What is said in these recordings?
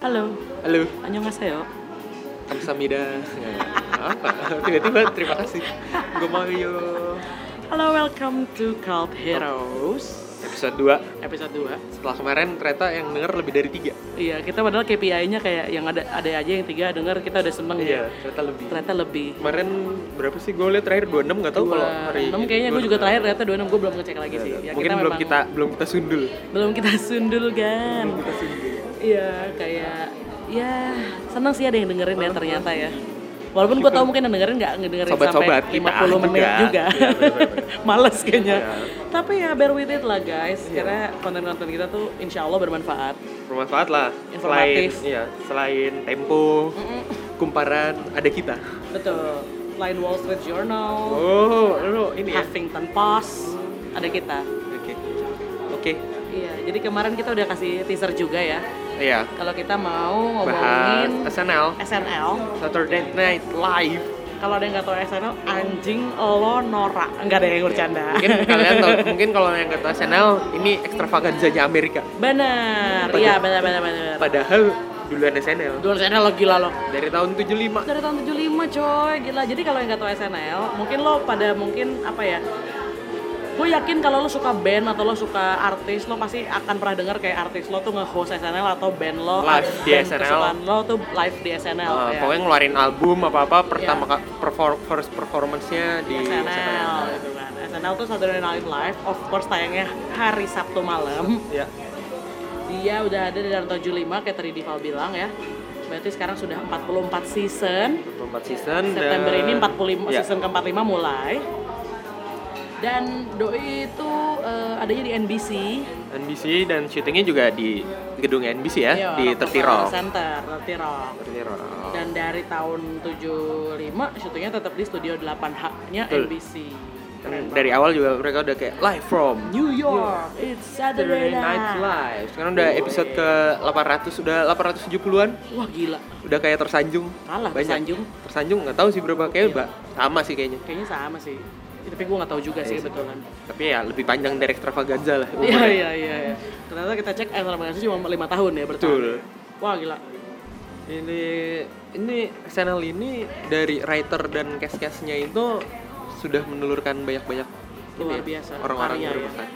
Halo, Halo, annyeonghaseyo. kamsamida. Ya, apa? Tiba-tiba terima kasih. Gomario. Halo, welcome to Cult Heroes Episode episode 2. Setelah kemarin ternyata yang denger lebih dari 3. 2. Iya, kita padahal KPI-nya kayak yang ada ada aja yang tiga denger kita udah seneng ya. ternyata lebih. Ternyata lebih. Kemarin berapa sih gue lihat terakhir 26 enggak tahu kalau Dua- hari. enam kayaknya gue juga terakhir ternyata 26 gue belum ngecek lagi sih. Ya, Iya, Mungkin belum memang- kita belum kita sundul. belum kita Ah. sundul kan. ya. Iya, kayak ya seneng sih ada yang dengerin ya ternyata ya. Walaupun gue tau mungkin yang dengerin nggak ngedengerin Sobat-sobat sampai kita 50 menit juga. juga. Iya, bener-bener. Males kayaknya. Iya. Tapi ya bear with it lah guys, karena konten-konten kita tuh insya Allah bermanfaat. Bermanfaat lah. Selain Informatif. iya, selain tempo, kumparan ada kita. Betul. Line Wall Street Journal, Oh, lu ini ya. Huffington Post, ada kita. Oke. Oke. Iya, jadi kemarin kita udah kasih teaser juga ya. Iya. Kalau kita mau Bahas ngomongin SNL. SNL, Saturday Night Live. Kalau ada yang nggak tahu SNL, anjing lo norak. Enggak ada yang bercanda. Mungkin kalian tahu, mungkin kalau yang kata SNL ini ekstravaganzanya Amerika. Benar. Iya, benar benar benar. Padahal duluan SNL Dulu SNL lo gila lo. dari tahun 75. Dari tahun 75 coy, gila. Jadi kalau yang nggak tahu SNL, mungkin lo pada mungkin apa ya? Gue yakin kalau lo suka band atau lo suka artis, lo pasti akan pernah dengar kayak artis lo tuh nge-host SNL atau band lo Live di band SNL. kesukaan lo tuh live di SNL. Uh, ya. Pokoknya ngeluarin album apa-apa pertama ka- perfor- first performance-nya di SNL SNL. gitu kan. SNL tuh Saturday Night Live, of course tayangnya hari Sabtu malam. Ya. Dia Iya, udah ada dari tahun 75 kayak tadi Dival bilang ya. Berarti sekarang sudah 44 season. 24 season September dan- ini 45 Ya. season ke-45 mulai. Dan Doi itu eh, adanya di NBC. NBC dan syutingnya juga di gedung NBC ya, Iya, di Rockefeller Tertiro. Center, Thirty Rock. Tertiro. Dan dari tahun 75 syutingnya tetap di studio 8H-nya Betul. NBC. Dan Kan Dari awal juga mereka udah kayak live from New York, it's Saturday Saturday night. Night Live. Sekarang udah episode ke 800 udah 870-an. Wah gila, Udah kayak tersanjung. kalah Banyak. Sanjung. Tersanjung nggak tahu sih berapa kayak Mbak. Sama sih kayaknya. Kayaknya sama sih. Tapi gue nggak tahu juga sih kebetulan. Tapi ya lebih panjang dari extravaganza lah. Iya umurnya. iya iya. iya. Ternyata kita cek eh Ramadan sih cuma lima tahun ya berarti. Betul. Wah gila. Ini ini channel ini dari writer dan cast-castnya itu sudah menelurkan banyak-banyak ini Luar ya, biasa. Orang-orang Karya kan. ya. berbakat.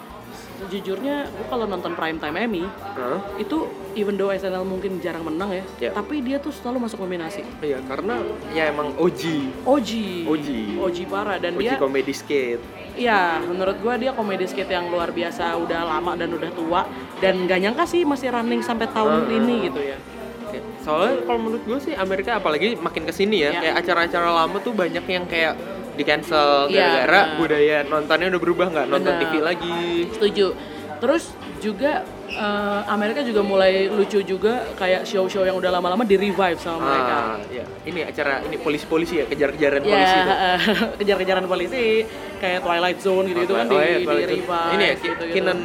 Sejujurnya gue kalau nonton prime time Emmy Hah? itu even though SNL mungkin jarang menang ya, Iya. tapi dia tuh selalu masuk nominasi. Iya, karena ya emang OG, Oji. OG. Oji parah dan OG dia comedy skate. Iya, menurut gua dia komedi skate yang luar biasa, udah lama dan udah tua dan gak nyangka sih masih running sampai tahun ini gitu ya. Oke. Soalnya kalau menurut gue sih Amerika apalagi makin kesini ya, Iya. kayak acara-acara lama tuh banyak yang kayak di cancel Iya, gara-gara benar. budaya nontonnya udah berubah nggak nonton Benar. TV lagi. Setuju. Terus juga eh, Amerika juga mulai lucu juga kayak show-show yang udah lama-lama di revive sama mereka. Ah, iya. Ini acara ini polisi-polisi ya kejar-kejaran Ya, polisi tuh. eh, kejar-kejaran polisi kayak Twilight Zone gitu-gitu kan di, Oh, iya, di Twilight Zone. revive. Ini ya Ki- gitu-gitu. Keenan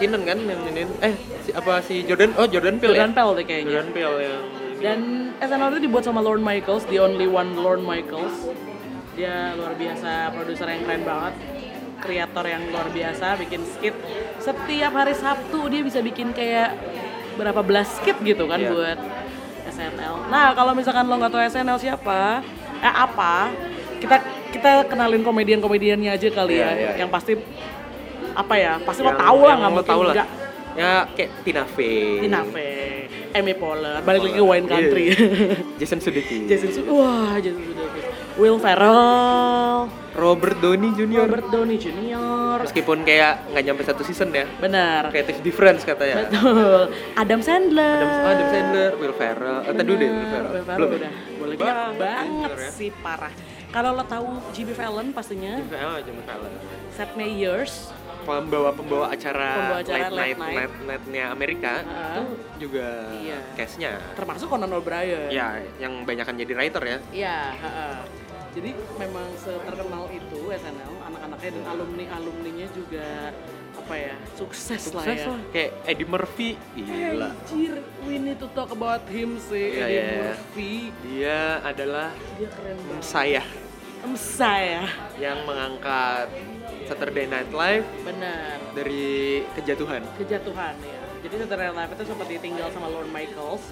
Keenan kan yang ini eh si, apa si Jordan? Oh Jordan Peele Jordan ya. Peele deh kayaknya. Jordan Peele yang ini. Dan SNL itu dibuat sama Lorne Michaels, the only one Lorne Michaels. Dia luar biasa, produser yang keren banget, kreator yang luar biasa, bikin skit. Setiap hari Sabtu dia bisa bikin kayak berapa belas skit gitu kan Iya. buat SNL. Nah kalau misalkan lo nggak tahu SNL siapa, eh apa, kita kita kenalin komedian-komediannya aja kali Iya, ya, iya, yang pasti apa ya, pasti lo Yang- tahu lah yang nggak lo mungkin tahu lah. nggak. Ya kayak Tina Fey. Tina Fey, Amy Poehler, balik lagi ke Wine Country. Iya, Jason Sudeikis. Jason Su wah Jason Sudeikis Will Ferrell Robert Downey Jr. Robert Downey Jr. Meskipun kayak nggak nyampe satu season ya. benar Creative difference katanya. betul Adam Sandler Adam, oh, Adam Sandler, Will Ferrell. Eh, tadi dulu deh Will Ferrell. Will Ferrell Belum ya? udah boleh Bang, gila banget Sandler ya. sih parah kalau lo tahu Jimmy Fallon pastinya Oh, Jimmy Fallon. Seth Meyers Pembawa-pembawa acara, Pembawa acara late, night, late night. night, night-nya Amerika uh, juga Iya. case-nya. termasuk Conan O'Brien Ya, yang banyakan jadi writer ya. Iya, heeh. jadi memang terkenal itu SNL anak-anaknya dan alumni alumninya juga apa ya sukses, lah ya. Sukses lah. Kayak Eddie Murphy, gila. Anjir, we need to talk about him sih, Iya, Eddie iya, iya. Murphy. Dia adalah Dia keren banget. ya. saya Em, Saya, yang mengangkat Saturday Night Live benar. dari kejatuhan. Kejatuhan ya. Jadi Saturday Night Live itu sempat ditinggal sama Lorne Michaels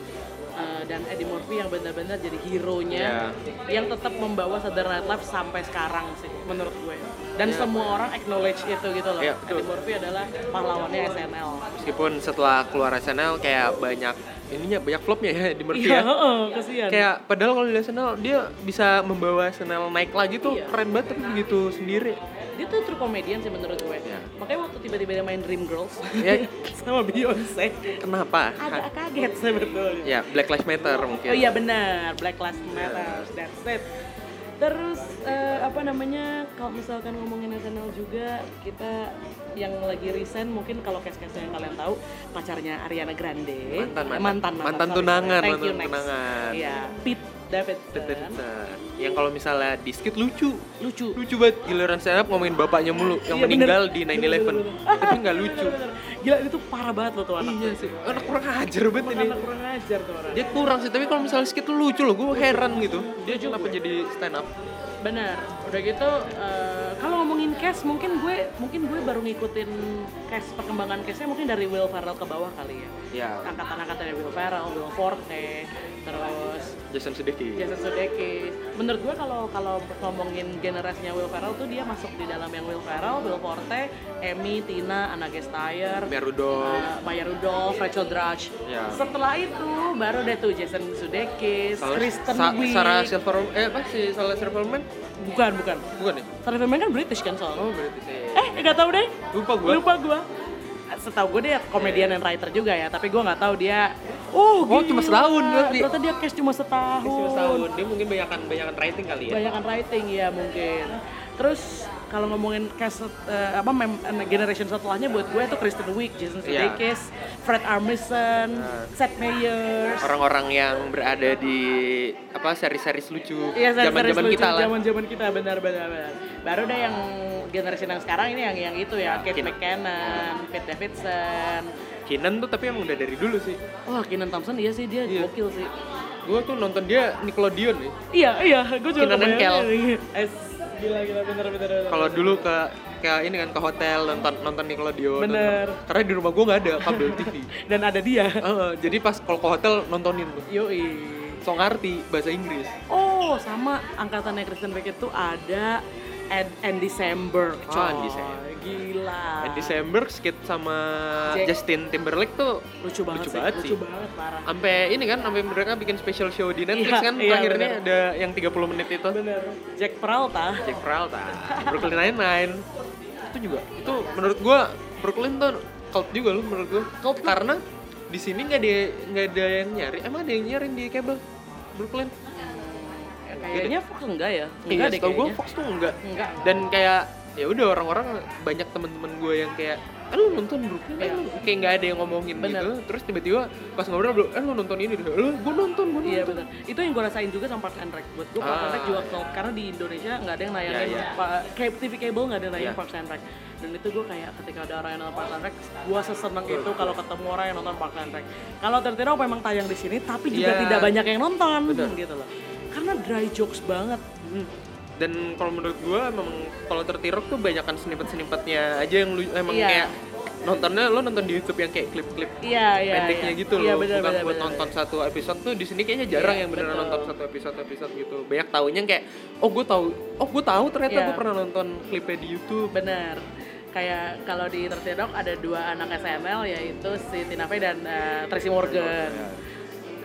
eh, dan Eddie Murphy yang benar-benar jadi hero-nya Iya. yang tetap membawa Saturday Night Live sampai sekarang sih menurut gue. Dan semua orang acknowledge itu gitu loh. Iya, betul. Eddie Murphy adalah pahlawannya SNL. Meskipun setelah keluar SNL kayak banyak ininya banyak flopnya ya di Murphy Iya, ya. heeh, kasihan. Kayak padahal kalau di SNL dia bisa membawa SNL naik lagi tuh Iya. keren banget tapi begitu sendiri. dia tuh true comedian sih menurut gue. Iya. Makanya waktu tiba-tiba dia main Dream Girls Ya. sama Beyonce Kenapa? agak kaget sebetulnya. Ya Black Lives Matter mungkin. Oh iya benar, Black Lives Matter, that's it. Terus eh, apa namanya kalau misalkan ngomongin SNL juga kita yang lagi resign mungkin kalau case-case yang kalian tahu pacarnya Ariana Grande Mantan, Eh, mantan. mantan Mantan sorry, tunangan, sorry. Thank mantan you, next. tunangan. Iya, Pete Davidson. Bener-bener. Yang kalau misalnya di skit lucu, lucu lucu banget giliran stand up ngomongin bapaknya mulu yang Iya, meninggal bener. di Bener, 9/11. bener, bener. Tapi nggak lucu. Bener-bener. gila itu parah banget loh tuh anak Iya sih, anak kurang ajar banget Emang ini. anak kurang ajar tuh orang Dia kurang sih, tapi kalau misalnya skit tuh lucu loh, gue heran gitu. Dia kenapa jadi stand up? Benar. Udah gitu, eh, kalau ngomongin cash, mungkin gue mungkin gue baru ngikutin cash perkembangan cashnya mungkin dari Will Ferrell ke bawah kali ya. Ya, Angkatan-angkatan dari Will Ferrell, Will Forte, terus Jason Sudeikis. Jason Sudeikis. Menurut gue kalau kalau ngomongin generasinya Will Ferrell tuh dia masuk di dalam yang Will Ferrell, Will Forte, Emmy, Tina, Anna Gesteyer, Mia Rudolph, eh, Maya Rudolph, Rachel Dratch. Ya. Setelah itu baru deh tuh Jason Sudeikis, Sarah- Kristen Sa- Wiig. Sarah Silver, eh apa sih Sarah Silverman? Bukan, bukan. Bukan ya? Sarah Silverman kan British kan soalnya. Oh berarti sih. Eh, nggak tahu deh. Lupa gue. Lupa gua. Setahu gue dia komedian dan writer juga ya, tapi gua nggak tahu dia. Oh, Oh, cuma gila. setahun berarti. Ternyata dia cash cuma setahun. tahun. Dia mungkin banyakan banyakan writing kali ya. Banyakan writing ya mungkin. Terus kalau ngomongin cast eh, apa mem- eh, generation setelahnya buat gue itu Kristen Wiig, Jason Iya. Nah. Sudeikis, Fred Armisen, Seth Meyers. Orang-orang yang berada di apa seri-seri lucu Iya, series zaman-zaman lucu, kita lah. Zaman-zaman kita benar benar benar. Baru deh yang generasi yang sekarang ini yang yang itu ya, Kate Kin- McKinnon, Pete Davidson. Kinan tuh tapi emang udah dari dulu sih. Wah, Kenan Thompson iya sih dia Iya. gokil sih. Gue tuh nonton dia Nickelodeon nih. Iya, iya, gue juga Kenan and kebayang. Iya, Es gila gila bener bener. bener. Kalau dulu ke ke ini kan ke hotel nonton nonton Nickelodeon. nonton- Bener. Karena di rumah gue nggak ada kabel TV. Dan ada dia. Heeh, jadi pas kalau ke hotel nontonin tuh. Yoi. So ngerti bahasa Inggris. Oh, sama angkatannya Kristen Beck itu ada Ed- Andy Samberg. Oh, coy. Andy Samberg. Gila. And December skit sama Jack- Justin Timberlake tuh Lucu banget Lucu sih. banget lucu sih. banget parah. sampai ini kan sampai mereka bikin special show di Netflix Iya, kan iya, terakhirnya bener. ada yang 30 menit itu. Bener. Jack Peralta. Jack Peralta, Brooklyn Nine-Nine. Itu juga. Itu menurut gua Brooklyn tuh cult juga loh menurut gua. Karena di sini nggak ada nggak ada yang nyari. Emang ada yang nyari di kabel Brooklyn? Kayaknya Iya. Fox enggak ya? Enggak Enggak deh deh Gue kayaknya. Fox tuh enggak. Enggak. Dan kayak ya udah orang-orang banyak teman-teman gue yang kayak eh lu nonton Brooklyn eh, Iya. lu?" kayak nggak ada yang ngomongin Bener. gitu terus tiba-tiba pas ngobrol eh lu nonton ini deh lu gue nonton gue Iya nonton benar. Itu yang gue rasain juga sama Park and Rec. Buat gue Park and Rec Ah, juga iya. cult karena di Indonesia nggak ada yang nayangin Iya, iya. pa- kayak TV kabel nggak ada yang nayangin Iya. Park and Rec. Dan itu gue kayak ketika ada orang yang nonton Park and Rec, gue seseneng itu kalau ketemu orang yang nonton Park and Rec. Kalau Tertino memang tayang di sini, tapi juga Iya. tidak banyak yang nonton Bener. gitu loh. Karena dry jokes banget. dan kalau menurut gue memang kalau tertirok tuh banyakan snippet-snippetnya aja yang lu emang Iya. kayak nontonnya lo nonton di YouTube yang kayak klip-klip Iya iya. pendeknya iya. gitu loh Iya benar bukan benar. buat benar, nonton benar. satu episode tuh di sini kayaknya jarang Iya, yang beneran betul. nonton satu episode episode gitu banyak taunya kayak oh gue tahu oh gue tahu ternyata Iya. gue pernah nonton klipnya di YouTube Bener. Kayak kalau di Dirty Dog ada dua anak SNL yaitu si Tina Fey dan eh, Tracy Morgan. ya.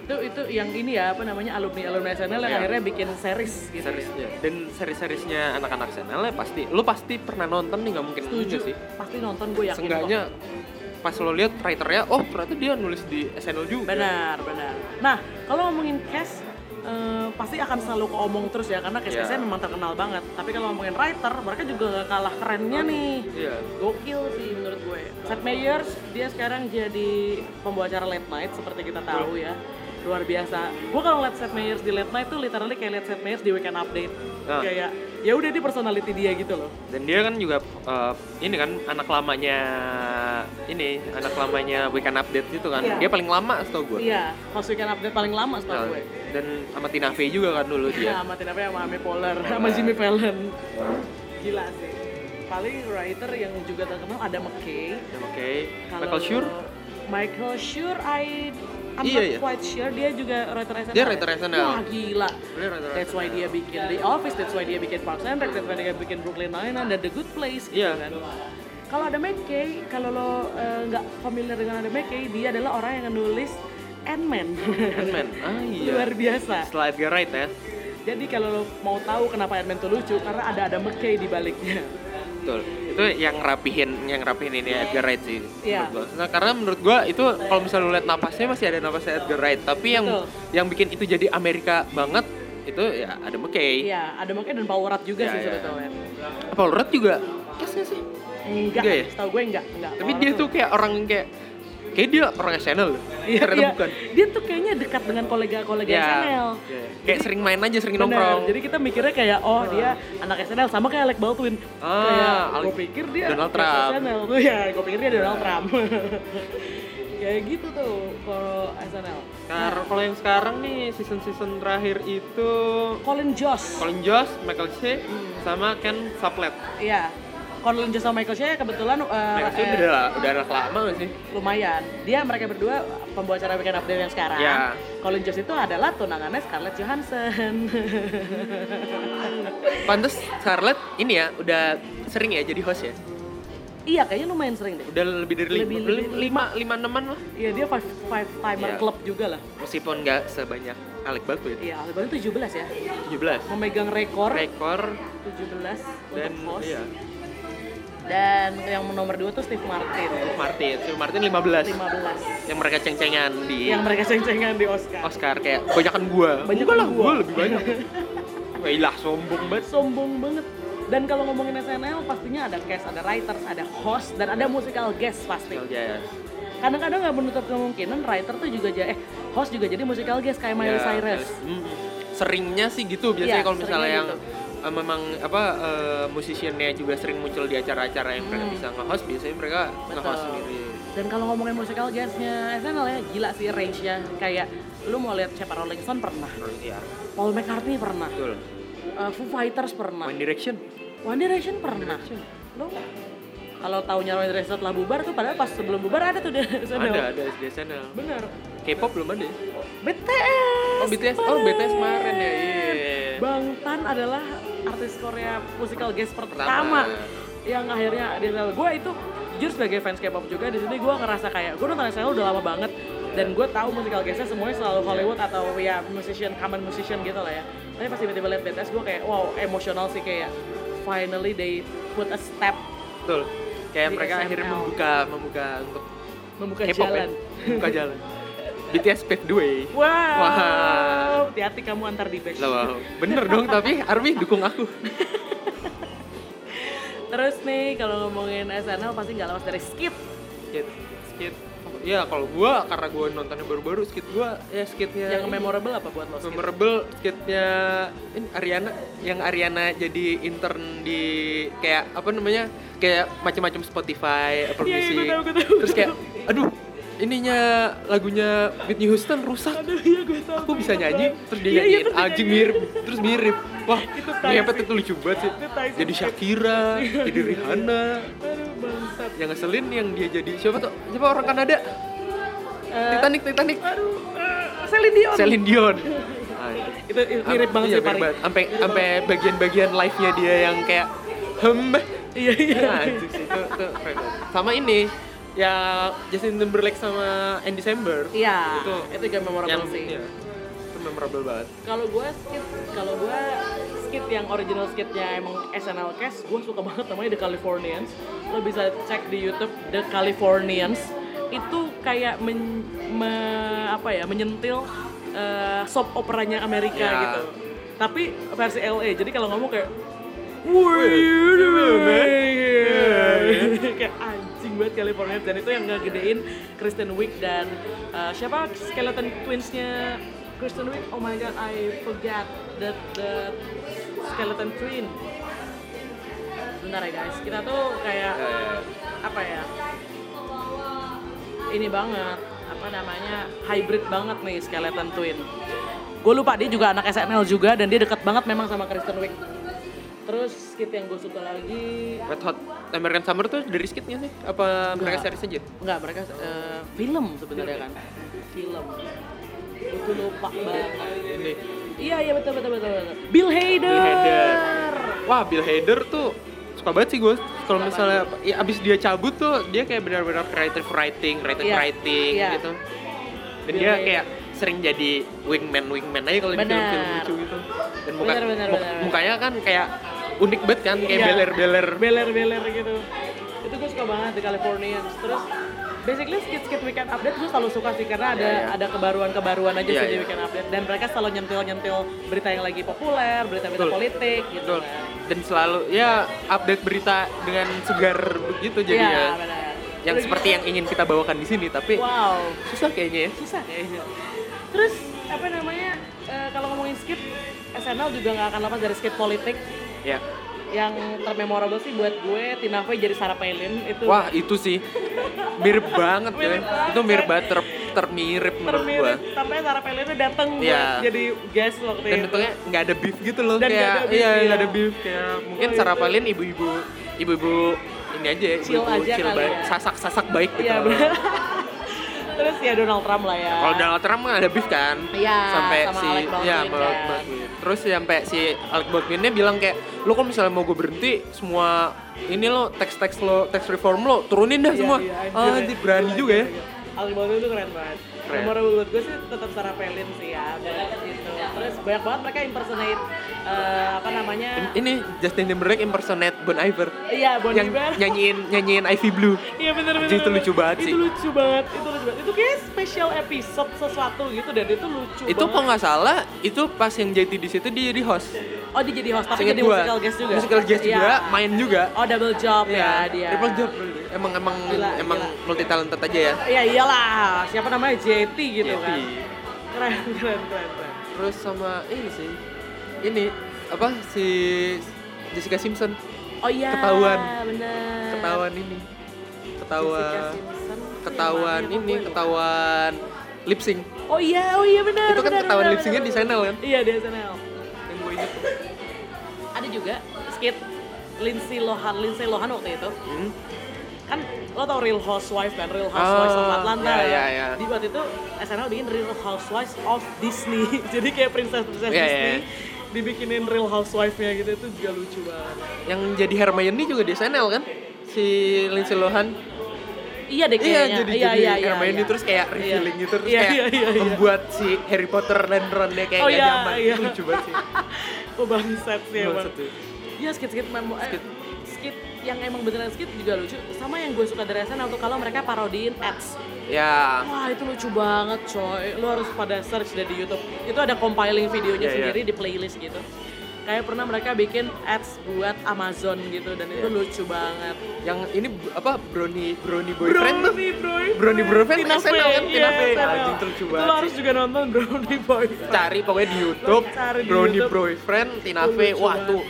Itu itu yang ini ya apa namanya alumni alumni SNL yang Iya. akhirnya bikin series gitu. ya. seriesnya dan seri-serisnya anak-anak channel ya pasti lo pasti pernah nonton nih nggak mungkin Setuju enggak sih Pasti nonton gue yakin. kok. seenggaknya pas lo lihat writernya oh ternyata dia nulis di SNL juga Benar, benar. Nah, kalau ngomongin cash eh, pasti akan selalu keomong terus ya karena cash cashnya Iya. memang terkenal banget. Tapi kalau ngomongin writer, mereka juga gak kalah kerennya nih. iya Gokil sih menurut gue. Seth Meyers dia sekarang jadi pembawa acara late night seperti kita tahu ya. Luar biasa. Gue kalau ngeliat Seth Meyers di late night tuh literally kayak liat Seth Meyers di weekend update. Ah. Kayak ya udah di personality dia gitu loh. dan dia kan juga eh, ini kan anak lamanya ini anak lamanya weekend update gitu kan Iya. dia paling lama setahu gue Iya, host weekend update paling lama Ah, setahu gue. dan sama Tina Fey juga kan dulu Ya, dia sama Tina Fey, sama Amy Poehler, sama Jimmy Fallon. Gila sih. Paling writer yang juga terkenal ada McKay. oke Kalau- Michael Schur Michael Sure I I'm Iya, not iya. quite sure dia juga writer SNL. Dia ya? writer SNL. Wah gila. Dia writer That's why dia bikin The Office, that's why dia bikin Parks and Rec, that's why dia bikin Brooklyn Nine-Nine dan The Good Place gitu Iya. kan. Kalau ada McKay, kalau lo eh, nggak familiar dengan ada McKay, dia adalah orang yang nulis Ant-Man. Ant-Man. Ah iya. Luar biasa. Setelah Edgar Wright ya. Jadi kalau lo mau tahu kenapa Ant-Man tuh lucu, karena ada ada McKay di baliknya. Betul. Itu yang rapihin yang rapihin ini Edgar Wright sih. Iya. menurut gua. Nah, karena menurut gua itu kalau misalnya lu lihat napasnya masih ada napasnya Edgar Wright, tapi yang Betul. yang bikin itu jadi Amerika banget itu ya ada McKay. Iya, ada McKay dan Paul Rudd juga Iya, sih iya. sebetulnya. Paul Rudd juga. Kesnya sih. Enggak, Enggak ya? setahu gue enggak, enggak. Tapi Paul dia Rudd tuh kayak orang yang kayak kayak dia orang SNL loh. Iya, Ternyata iya. bukan. Dia tuh kayaknya dekat dengan kolega-kolega Iya. SNL. Iya. Kayak sering main aja, sering Bener. nongkrong. Jadi kita mikirnya kayak oh dia anak SNL sama kayak Alec Baldwin. Ah, kayak Alec- gue pikir dia Donald anak Trump. SNL. Oh ya, gue pikir dia Donald Trump. kayak gitu tuh kalau SNL. Kar- Nah, kalau yang sekarang nih season-season terakhir itu Colin Jost. Colin Jost, Michael Che, Hmm. sama Ken Saplet. Iya. Colin Jost sama Michael Shea kebetulan eh, Michael Che eh, udah udah anak lama gak sih? lumayan. Dia mereka berdua pembuat acara Weekend Update yang sekarang. Iya. Colin Jost itu adalah tunangannya Scarlett Johansson. Pantes Scarlett ini ya udah sering ya jadi host ya. iya, kayaknya lumayan sering deh. Udah lebih dari Lebih- lima, lebih- lima, lima enaman lah. Iya, dia five, five timer Iya. club juga lah. Meskipun nggak sebanyak Alec Baldwin. Iya, Alibaba 17 ya. 17 Memegang rekor rekor 17 dan untuk host. iya, Dan yang nomor 2 tuh Steve Martin. Martin, Sir Martin 15 15. yang mereka ceng-cengan di Yang mereka ceng-cengan di Oscar. Oscar kayak banyakan gua. Banyakan Enggak lah, gua. gua lebih banyak. Wailah sombong banget. Sombong banget. Dan kalau ngomongin SNL pastinya ada cast, ada writers, ada host, dan ada musical guest pasti. Yes. Kadang-kadang nggak menutup kemungkinan writer tuh juga jadi eh host juga jadi musical guest kayak Miley Ya, Cyrus. mm, seringnya sih gitu Iya, biasanya kalau misalnya seringnya yang eh, memang apa eh, musisiannya juga sering muncul di acara-acara yang mereka Mm. bisa nge-host biasanya mereka nge-host sendiri. Dan kalau ngomongin musical guestnya SNL ya gila sih range-nya kayak lu mau lihat siapa Rolling Stone pernah, Iya, Paul McCartney pernah, betul. eh, Foo Fighters pernah, One Direction. One Direction pernah. Lo kalau tahunya One Direction setelah bubar tuh padahal pas sebelum bubar ada tuh dia Ada, ada SD channel. Bener. Oh, K-pop belum ada. ya? BTS. Oh, BTS. Oh, kemarin. BTS kemarin ya. Iya. Bang Tan adalah artis Korea musical guest pertama, Pertama. iya. yang akhirnya di SNL. Gue itu jujur sebagai fans K-pop juga di sini gue ngerasa kayak gue nonton SNL udah lama banget dan gue tahu musical guestnya semuanya selalu Hollywood atau ya musician common musician gitu lah ya. Tapi pas tiba-tiba liat BTS gue kayak wow emosional sih kayak finally they put a step Betul. Kayak Di mereka akhirnya SNL. membuka membuka untuk membuka K-pop ya. jalan. Membuka jalan. BTS paved the way. Wow. Wah. Hati-hati kamu antar di batch. Lah, wow. bener dong tapi Army dukung aku. Terus nih kalau ngomongin SNL pasti nggak lepas dari skit. skit skit ya kalau gua karena gua nontonnya baru-baru skit gua ya skitnya Yang memorable apa buat lo? Skit? memorable skitnya ini Ariana yang Ariana jadi intern di kayak apa namanya kayak macam-macam Spotify Apple Iya, iya, Music gua tahu, gua tahu. terus kayak aduh ininya lagunya Whitney Houston rusak Aduh iya gue tahu. aku bisa nyanyi terus Iya, dia iya, nyanyiin terus dia anjing nyanyiin. mirip terus mirip wah Itu tai ngepet sih. itu lucu banget sih Itu Iya, tai sih. jadi Shakira jadi Rihanna Aduh bangsat. yang ngeselin yang dia jadi siapa tuh siapa orang Kanada Eh, Titanic Titanic aduh. eh, Celine Dion. Celine Dion. Itu itu mirip banget iya, sih Pari. Sampai sampai bagian-bagian live-nya dia yang kayak hem. Iya iya. Nah, anjing sih, itu itu keren banget. Sama ini ya Justin Timberlake sama Andy Samberg. Iya. Itu Itu- juga memorable Yang- sih. iya, itu memorable banget. Kalau gue skit, kalau gue skit yang original skitnya emang SNL cast, gue suka banget namanya The Californians. Lo bisa cek di YouTube The Californians. Itu kayak men, me- apa ya, menyentil eh, soap operanya Amerika Ya. gitu. Tapi versi LA. Jadi kalau ngomong kayak What are you doing Iya, here?" kayak anjing banget Californians dan itu yang ngegedein Kristen Wiig dan eh, siapa skeleton twinsnya Kristen Wiig oh my god I forget that the skeleton twin bentar ya guys kita tuh kayak Ya, ya. apa ya ini banget apa namanya hybrid banget nih skeleton twin gue lupa dia juga anak SNL juga dan dia deket banget memang sama Kristen Wiig Terus skit yang gue suka lagi Red Hot American Summer tuh dari skit nggak sih? Apa mereka Nggak. series aja? Enggak, mereka eh, film sebenarnya kan. Film. Itu lupa banget. Ini. Iya, iya betul betul betul. betul. Bill Hader. Bill Hader. Wah, Bill Hader tuh suka banget sih gue. Kalau misalnya ya abis dia cabut tuh dia kayak benar-benar creative writing, creative Iya. writing Iya. gitu. Dan Bill dia Hader. kayak sering jadi wingman wingman aja kalau di Benar. film-film lucu gitu. Dan muka, Benar, benar, muk- benar. mukanya kan kayak unik banget kan, kayak Iya. beler-beler. Beler-beler gitu. Itu gue suka banget di California. Terus basically skit-skit weekend update gue selalu suka sih karena ada Iya, iya. ada kebaruan-kebaruan aja Iya, sih di iya. weekend update dan mereka selalu nyentil-nyentil berita yang lagi populer, berita-berita Betul. politik gitu. Betul. kan. Dan selalu ya update berita dengan segar begitu Iya, jadinya. benar. yang Udah seperti yang ingin kita bawakan di sini tapi gitu. Wow. susah kayaknya ya. susah kayaknya terus apa namanya eh, kalau ngomongin skit SNL juga nggak akan lepas dari skit politik Iya. Ya. yang termemorable sih buat gue Tina Fey jadi Sarah Palin itu Wah, itu sih mirip banget ya. Mirip banget. Itu mirip banget ter termirip menurut gua. termirip sampai Sarah Palin itu datang Iya. buat jadi guest waktu Dan itu untungnya nggak ada beef gitu loh Dan nggak kayak ada beef, iya iya. nggak ada beef kayak mungkin Wah, Sarah itu. Palin ibu-ibu ibu-ibu ini aja ya, Chill ibu-ibu aja kali baik, ya. sasak-sasak baik gitu. iya bener. terus ya Donald Trump lah ya Kalau Donald Trump kan ada beef kan? Iya, sampai sama si Alec Baldwin ya kan. Alec Baldwin. Terus sampai si Alec Baldwinnya bilang kayak lo kalau misalnya mau gue berhenti semua ini lo teks-teks lo teks reform lo turunin dah Iya, semua. iya, Ah, anjir. anjir, berani Gila, juga ya. gila, gila. Alec Baldwin itu keren banget. Keren. Memorable buat gue sih tetap Sarah Palin sih ya, banget gitu. Terus banyak banget mereka impersonate eh, apa namanya? Ini Justin Timberlake impersonate Bon Iver Iya, Bon yang Iver. nyanyiin nyanyiin Ivy Blue. Iya bener bener. Anjir, itu bener. lucu banget Itu sih. lucu banget, itu lucu banget. Itu kayak special episode sesuatu gitu dan itu lucu Itu banget. kalau nggak salah itu pas yang JT di situ dia jadi host. Oh dia jadi host tapi Seingat jadi gua. musical guest juga. Musical guest Iya. juga, main juga. Oh double job ya, Iya, dia. Triple job. Emang emang Gila, emang gila. multi talented aja ya. Iya iyalah, siapa namanya JT gitu JT. kan. Keren keren keren. keren. Terus sama ini sih. Ini apa si Jessica Simpson Oh iya. Ketahuan. Bener. ketahuan ini. Jessica Ketahuan Simpson. ketahuan Iya, ini makanya gua lupa. ketahuan lip sync. Oh iya, oh iya benar. Itu kan benar, ketahuan benar, lip syncnya benar, di benar. channel kan. Iya di SNL. Yang gue inget. Ada juga skit Lindsay Lohan, Lindsay Lohan waktu itu Hmm. kan lo tau Real Housewives kan Real Housewives of Ah, Atlanta iya, kan? iya, iya. di waktu itu SNL bikin Real Housewives of Disney jadi kayak princess princess Iya, Disney iya. dibikinin Real Housewives-nya gitu itu juga lucu banget Yang jadi Hermione juga di channel kan. Si Lindsay Lohan. iya deh Iya, kayaknya jadi jadi Hermione terus kayak revealing gitu terus Iya, kayak iya, iya, iya. membuat si Harry Potter dan Ronnya kayak Oh, gak iya, nyaman. iya. Itu lucu banget sih. oh bangsat sih emang Bangsat tuh. Iya skit-skit memo eh, Skit. skit yang emang beneran skit juga lucu sama yang gue suka dari SNL tuh kalau mereka parodiin ads Ya, Wah itu lucu banget coy, lu harus pada search deh di Youtube Itu ada compiling videonya Iya, iya. sendiri di playlist gitu Kayak pernah mereka bikin ads buat Amazon gitu dan itu Iya. lucu banget yang ini b- apa brownie brownie boyfriend tuh. bro Brownie Boyfriend Tina SNL kan, Fey, Tina iya, Fey. SNL. Anjing, itu lucu Itu banget lu sih. harus juga nonton Brownie Boyfriend Cari pokoknya di YouTube, Cari di brownie YouTube. boyfriend, Tina Itu Fey. lucu Wah banget. tuh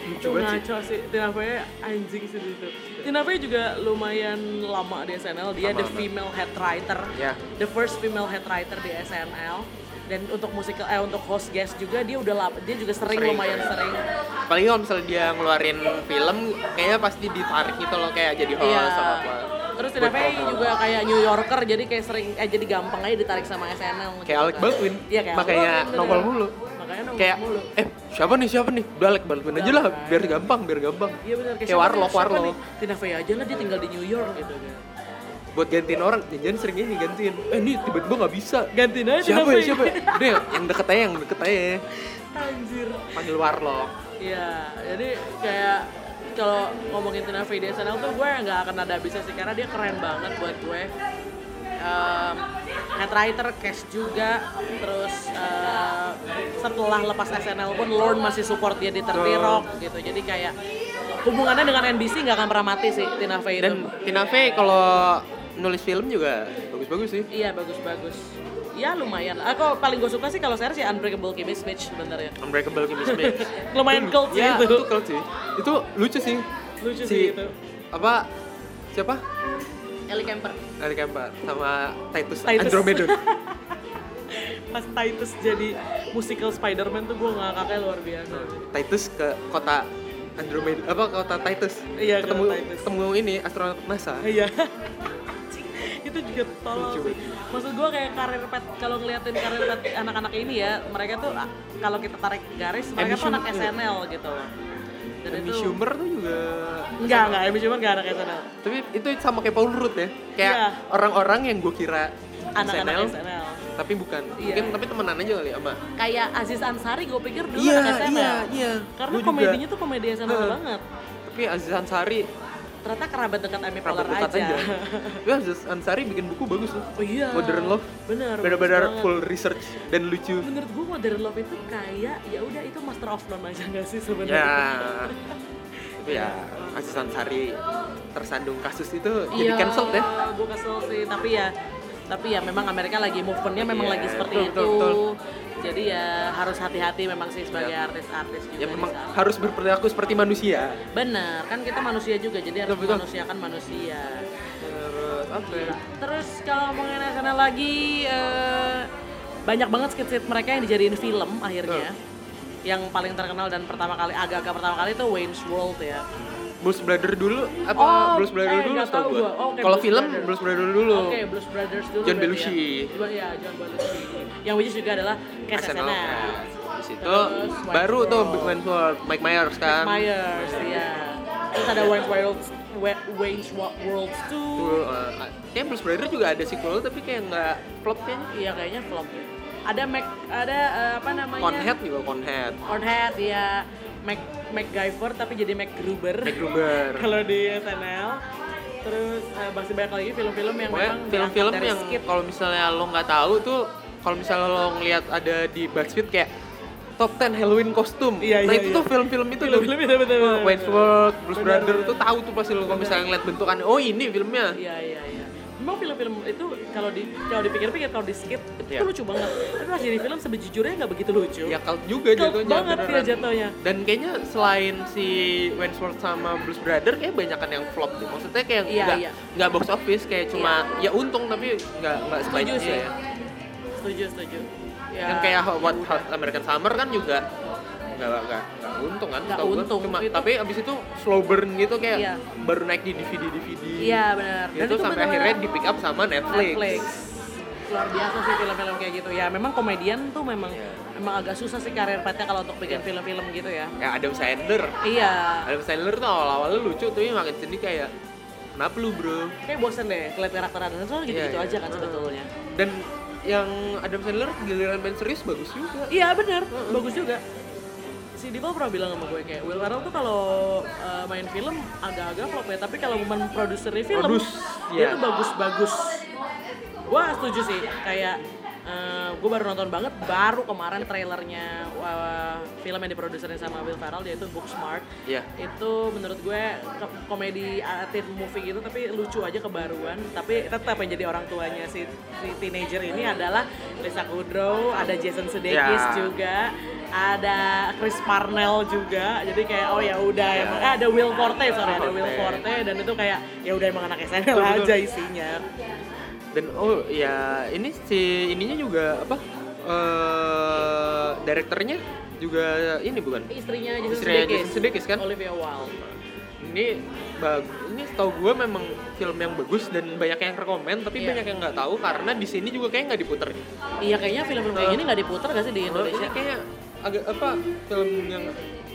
lucu Itu banget sih. ngaco sih, Tina Fey anjing sih di situ Tina Fey juga lumayan lama di SNL, dia Lama the banget. female head writer Ya, the first female head writer di SNL dan untuk musical eh untuk host guest juga dia udah lap, dia juga sering, Sering, lumayan sering paling kalau misalnya dia ngeluarin film, kayaknya pasti ditarik gitu loh kayak jadi host Iya. sama apa. terus Tina Fey juga kayak New Yorker jadi kayak sering eh jadi gampang aja ditarik sama SNL Kayak Alec kan. Baldwin. iya kayak Makanya Alec Baldwin, nongol bener. mulu. makanya nongol Kayak, mulu eh siapa nih siapa nih? Udah Alec Baldwin aja lah, biar gampang, biar gampang. iya benar Kayak siapa warlock, nih, siapa warlock. nih? Tina Fey aja lah dia tinggal di New York gitu buat gantiin orang jangan sering ini gantiin eh ini tiba-tiba nggak bisa gantiin aja siapa ya siapa ya udah yang deket aja yang deket aja anjir panggil warlock Iya, jadi kayak kalau ngomongin Tina Fey di SNL tuh gue nggak akan ada bisa sih karena dia keren banget buat gue. Em, head writer, cash juga, terus eh, setelah lepas SNL pun Lorne masih support dia di 30 Rock gitu. Jadi kayak hubungannya dengan NBC nggak akan pernah mati sih Tina Fey dan itu. Tina Fey kalau nulis film juga bagus-bagus sih Iya bagus-bagus. Ya lumayan. Aku paling gue suka sih kalau saya sih Unbreakable Kimmy Schmidt sebenarnya. Unbreakable Kimmy Schmidt Lumayan cult sih ya itu. itu cult sih itu lucu sih gitu. Lucu Si- sih itu. apa siapa Ellie Kemper. Ari Kempa sama Titus, Titus. Andromedon pas Titus jadi musical Spider-Man tuh gue ngakaknya luar biasa. Titus ke kota Andromeda apa kota Titus Iya, ketemu kota Titus. ketemu ini astronot NASA Iya. Anjing, itu juga tolol Lucu sih. Maksud gue kayak karir pet kalau ngeliatin karir pet anak-anak ini ya, mereka tuh ah, kalau kita tarik garis mereka tuh Schumer anak juga. SNL gitu loh. Dan Amy itu Schumer tuh juga enggak enggak Amy Schumer enggak anak SNL. tapi itu sama kayak Paul Rudd ya kayak Iya. orang-orang yang gue kira Anak-anak SNL, SNL. tapi bukan Iya. mungkin tapi temenan aja kali ya, sama Kayak Aziz Ansari gue pikir dulu Iya, anak SNL. iya, iya. Karena Gua juga. komedinya tuh komedi SNL Heeh. banget. tapi Aziz Ansari Ternyata kerabat dekat Amy rambut Poehler dekat aja. aja, Tapi Aziz Ansari bikin buku bagus loh oh iya. Modern Love Bener. bagus benar-benar banget. full research dan lucu menurut gue modern love itu kayak ya udah itu master of none aja nggak sih ya sebenarnya tapi ya Aziz Ansari tersandung kasus itu jadi Iya. cancel ya gue kesel sih tapi ya tapi ya memang Amerika lagi movementnya memang Iya, lagi seperti betul, betul, itu betul. jadi ya harus hati-hati memang sih sebagai Ya. artis-artis juga ya memang di sana. harus berperilaku seperti manusia bener kan kita manusia juga jadi harus Betul, betul. manusiakan manusia terus apa ya? terus kalau ngomongin SNL lagi eh, banyak banget skit-skit mereka yang dijadiin film akhirnya yang paling terkenal dan pertama kali agak-agak pertama kali itu Wayne's World ya Blues Brother dulu apa Oh, Blues Brother eh, dulu nggak setahu tahu gua. gua. Oke, Kalau Blues film Brother. Blues Brother dulu. Oke, Blues Brothers dulu. John berarti Belushi. Ya. Dua- ya, John Belushi. Yang which is juga adalah Cash SNL. SNL. Ya. Di situ Terus Wayne's baru tuh World. Big Man World, Mike Myers kan. Myers, ya. Terus ada Wayne's World, Wa- Wayne's Wo- World 2. Dulu, eh, kayak Blues Brother juga ada sequel tapi kayak nggak flop kan. kayaknya. Iya, kayaknya flop. Ada Mac, ada eh, apa namanya? Conhead juga Conhead. Conhead, ya. Mac, MacGyver tapi jadi MacGruber. Mac Gruber. Kalau di SNL. Terus eh, masih banyak lagi film-film yang Pokoknya memang film-film diangkat dari yang skit. kalau misalnya lo nggak tahu tuh kalau misalnya lo ngelihat ada di Buzzfeed kayak top 10 Halloween kostum. Iya, nah iya, itu iya. tuh film-film itu tuh. Film-film itu, betul, betul, Wayne's betul. World, Bruce Benar, Brother benar. tuh tahu tuh pasti lo kalau misalnya ngeliat bentukannya. Oh, ini filmnya. Iya iya iya. Memang film-film itu kalau di kalau dipikir-pikir kalau di skip itu Iya. tuh lucu banget. Tapi pas jadi film sebejujurnya nggak begitu lucu. ya cult juga Cult jatuhnya banget dia beneran. jatuhnya. dan kayaknya selain si Wentworth sama Blues Brother kayak banyakan yang flop deh maksudnya kayak Iya, nggak iya. nggak box office kayak cuma ya untung tapi nggak nggak sebanyak sih. ya Setuju setuju. Ya, yang kayak What Hot American Summer kan juga nggak nggak nggak untung kan Nggak tau gua. untung, cuma itu- tapi abis itu slow burn gitu kayak Iya. baru naik di DVD DVD Iya benar. Dan itu sampai benar-benar akhirnya di pick up sama Netflix, Netflix. Luar biasa sih film-film kayak gitu. Ya memang komedian tuh memang Iya. memang agak susah sih karir petnya kalau untuk bikin film-film gitu ya. ya Adam Sandler Iya. Adam Sandler tuh awal-awalnya lucu tapi makin sini kayak kenapa lu bro Kayak bosen deh ngeliat karakter Adam Sandler gitu-gitu Iya, iya. aja kan sebetulnya. dan yang Adam Sandler giliran main serius bagus juga Iya benar, bagus juga. Si Dipal pernah bilang sama gue kayak Will Ferrell tuh kalau uh, main film agak-agag flop ya, tapi kalau memang produser film Produce, dia iya. tuh bagus-bagus. Gue setuju sih, kayak uh, gue baru nonton banget, baru kemarin trailernya uh, film yang diproduserin sama Will Ferrell yaitu Booksmart. Iya. Itu menurut gue ke- komedi uh, teen movie gitu tapi lucu aja kebaruan, tapi tetap yang jadi orang tuanya si, si teenager ini adalah Lisa Kudrow, ada Jason Sudeikis Ya. juga, ada Chris Parnell juga. Jadi kayak oh ya udah Ya. emang eh, ada Will Forte sorry, ada Will Forte. Forte dan itu kayak ya udah emang anak SNL Betul, betul. aja isinya. dan oh ya ini si ininya juga apa eh direkturnya juga ini bukan Istrinya Jason Istrinya Sudeikis. Jason Sudeikis, kan? Olivia Wilde. ini bag ini setahu gue memang film yang bagus dan banyak yang rekomend tapi Iya. banyak yang nggak tahu karena di sini juga kayak nggak diputer Iya kayaknya film-film kayak gini nggak diputar gak sih di Indonesia Indonesia? kayak agak apa film yang